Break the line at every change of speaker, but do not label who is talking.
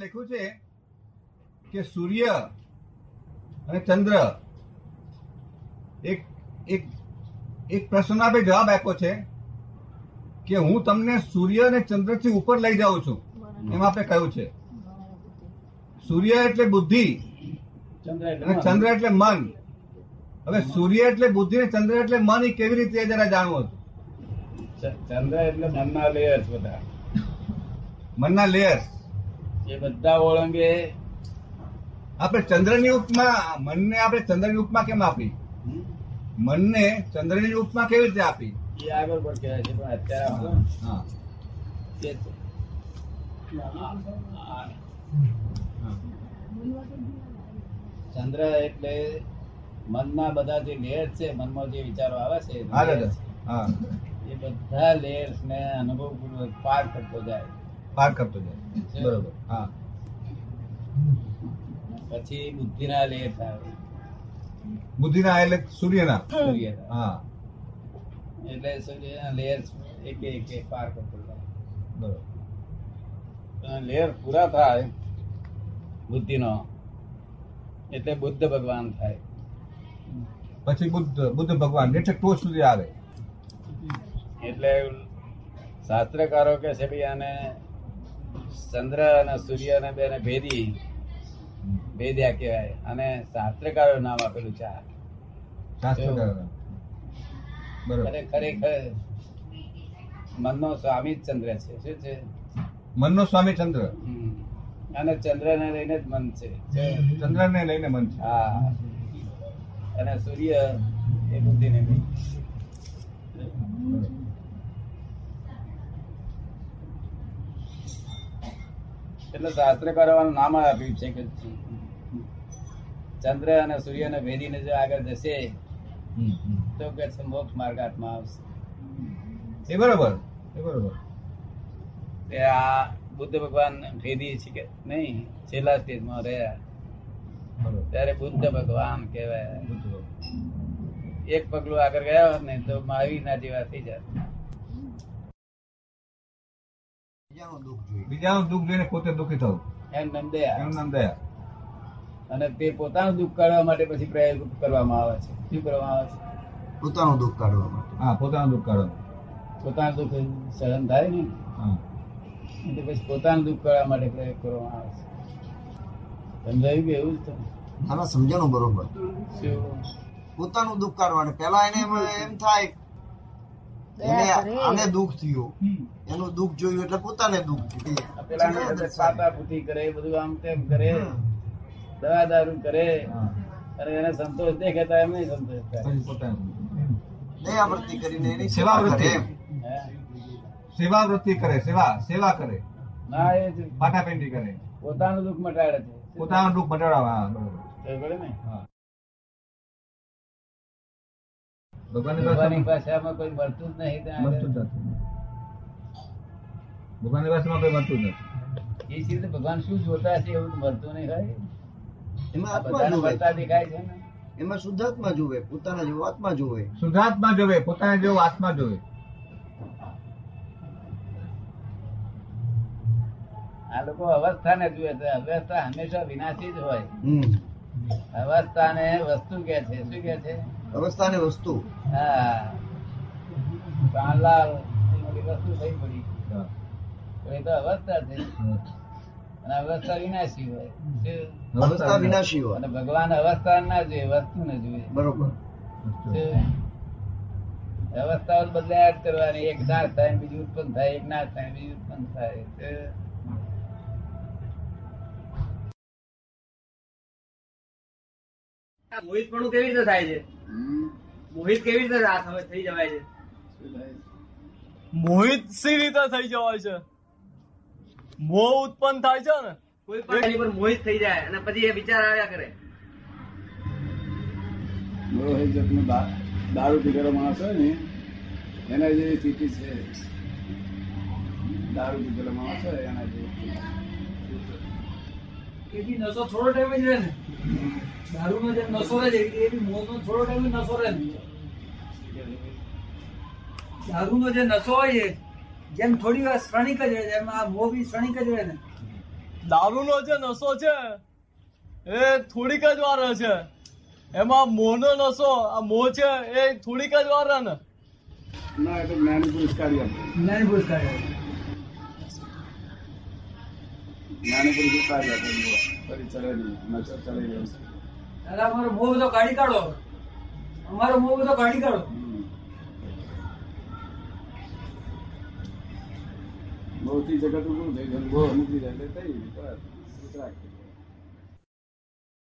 લખ્યું છે કે સૂર્ય અને ચંદ્ર એક એક એક પ્રશ્નનો આપે જવાબ આપ્યો છે કે હું તમને સૂર્ય અને ચંદ્રથી ઉપર લઈ જાઉં છું એમ આપે કહ્યું છે સૂર્ય એટલે બુદ્ધિ અને ચંદ્ર એટલે મન હવે સૂર્ય એટલે બુદ્ધિ અને ચંદ્ર એટલે મન એ કેવી રીતે એ જરા જાણવું હતું
ચંદ્ર એટલે મનના layers બધા
મનના લેયર
એ બધા ઓળંગે
આપણે ચંદ્રની ઉપમા મનને આપણે ચંદ્રની ઉપમા કેમ આપી
હમ,
મનને ચંદ્રની ઉપમા કેવી રીતે આપી
એ આગળ પણ કહેવાય છે પણ અત્યારે આપણે
હા
તે જ છે. આ- આ-
હા.
ચંદ્ર એટલે મનના બધા જે લેયર છે મનમાં જે વિચારો આવે છે
હા દાદા હા
એ બધા લેયર્સ ને અનુભવપૂર્વક પાર કરતો જાય
પાર કરતો જાય બરોબર હા
પછી બુદ્ધિના લેયર્સ આવે
બુદ્ધિના એટલે સૂર્યના
સૂર્યના.
હા
એટલે સૂર્યના લેયર્સ એક એક એક પાર કરતો જાય
બરોબર
લેયર પૂરા થાય બુદ્ધિનો એટલે બુદ્ધ ભગવાન થાય
પછી બુદ્ધ બુદ્ધ ભગવાન એટલે ટોચ સુધી આવે
એટલે શાસ્ત્રકારો કે છે ભઈ આને ચંદ્ર અને સૂર્ય અને બેને ભેદી ભેદ્યા કહેવાય અને શાસ્ત્રકારો નામ આપેલું છે આ.
શાસ્ત્ર
એવું.
બરોબર
અને ખરેખર મનનો સ્વામી જ ચંદ્ર છે શું છે
મનનો સ્વામી ચંદ્ર
હમ. અને ચંદ્રને લઈને જ મન છે
ચંદ્રને લઈને મન છે
હા અને સૂર્ય એ બુદ્ધિને લઈને.
બરોબર.
એટલે શાસ્ત્રકારોનું નામ જ આપ્યું છે કે ચંદ્ર અને સૂર્યને ભેદીને જો આગળ જશે
હમ, હમ.
તો કે છે મોક્ષ માર્ગ હાથમાં આવશે
એ બરોબર એ બરોબર
તે આ બુદ્ધ ભગવાન ભેદી છે કે નહીં છેલ્લા સ્ટેજમાં રહ્યા
બરોબર
ત્યારે બુદ્ધ ભગવાન કહેવાય
બુદ્ધ ભગવાન.
એક પગલું આગળ ગયા હોત ને તો મહાવીરના જેવા થઈ જાય
બીજાનું દુઃખ જોઈને પોતે દુઃખી થવું
એમ નામ દયા
એનું નામ દયા
અને તે પોતાનું દુઃખ કાઢવા માટે પછી પ્રયોગ કરવામાં આવે છે શું કરવામાં આવે છે
પોતાનું દુઃખ કાઢવા માટે
હા પોતાનું દુઃખ કાઢો
પોતાનું દુઃખ સહન થાય ને
હા
એટલે પછી પોતાનું દુઃખ કરવા માટે પ્રયોગ કરવામાં આવે છે સમજાયું કે એવું જ તો?
ના, ના સમજાણું બરોબર
શું?
પોતાનું દુઃખ કાઢવા માટે પેલા એને એમ એમ થાય એને આને દુઃખ થયું એનું દુઃખ જોયું એટલે પોતાને દુઃખ
આ પેલાને અંદર
થયું
પાટાપૂટી કરે બધું આમ તેમ કરે દવા દારૂ કરે
હા.
અને એને સંતોષ દેખે તો એમ નહીં સંતોષ થાય
પછી પોતાનું
દયા વૃત્તિ કરીને એની
સેવા
સેવા કરે
વૃત્તિ.
એમ.
હે?
સેવા વૃત્તિ કરે સેવા સેવા કરે
ના એ જ
પાટાપેંડી કરે
પોતાનું દુઃખ મટાડે છે
પોતાનું દુઃખ મટાડવા હા, બરોબર.
ખબર પડી ને?
હા. ભગવાનની
ભગવાનની
પાસે
પાસે આમાં કોઈ મળતું જ નહીં ત્યાં
મળતું જ
આગળ.
નથી ભગવાનની પાસેમાં કોઈ મળતું જ નથી
એ સિવાય તો ભગવાન શું જોતા છે એવું તો મળતું નહીં હોય
એમાં
આ
આત્મા
બધાને
જુએ
મળતા દેખાય છે ને
એમાં શુદ્ધાત્મા જુએ પોતાના જેવો આત્મા જુએ
શુદ્ધાત્મા જોવે પોતાને જેવો આત્મા જોવે
આ લોકો અવસ્થાને જુએ છે અવસ્થા હંમેશા વિનાશી જ હોય
હમ
અવસ્થાને વસ્તુ કે છે શું કે છે
અવસ્થાને વસ્તુ
હા પ્રાણલાલ એ મોટી વસ્તુ થઈ પડી
હા.
તો એ તો અવસ્થા છે અને અવસ્થા વિનાશી હોય શું?
અવસ્થા વિનાશી હોય
અને ભગવાન અવસ્થા ના જોઈએ વસ્તુ ને જોઈએ
બરોબર
શું? અવસ્થાઓ બદલાયા જ કરવાની એક નાશ થાય ને બીજું ઉત્પન્ન થાય એક નાશ થાય ને બીજું ઉત્પન્ન થાય શું?
મોહિતપણું કેવી રીતે થાય છે
હમ?
મોહિત કેવી રીતે રાત હવે થઈ જવાય છે
શું થાય?
મોહિત સી રીતે થઈ જવાય છે મોહ ઉત્પન્ન થાય છે ને
કોઈ પણ એની પર મોહિત થઈ જાય અને પછી એ વિચાર આવ્યા કરે
મોહિત જાતનો દા- દારૂ પીધેલો માણસ હોય ને એના જેવી સ્થિતિ છે દારૂ પીધેલો માણસ હોય એના જેવી સ્થિતિ.
એથી નસો થોડો ટાઈમ જ રહે ને દારૂનો જે નસો રહે છે એ બી મોહનો થોડો ટાઈમ નસો રહે ને દારૂનો જે નસો હોય છે જેમ થોડી વાર ક્ષણિક જ રહે છે એમ આ મોહ બી ક્ષણિક જ રહે ને
દારૂનો જે નશો છે એ થોડીક જ વાર છે એમાં મોહનો નશો આ મોહ છે એ થોડીક જ વાર રહે ને
ના એ તો જ્ઞાની પુરસ્કારી આપે
જ્ઞાન પુરસ્કાર આવ્યો.
જ્ઞાની પુરસ્કારી આપે ફરી ચલે નહીં નશો ચલાવી રહ્યો છે
દાદા અમારો મોહ બધો કાઢી કાઢો અમારો મોહ બધો કાઢી કાઢો
હમ. બહુથી જગત ઉભું થઈ ગયું બહુ નીકળી જાય એટલે થઈ બસ. ઉતરાય.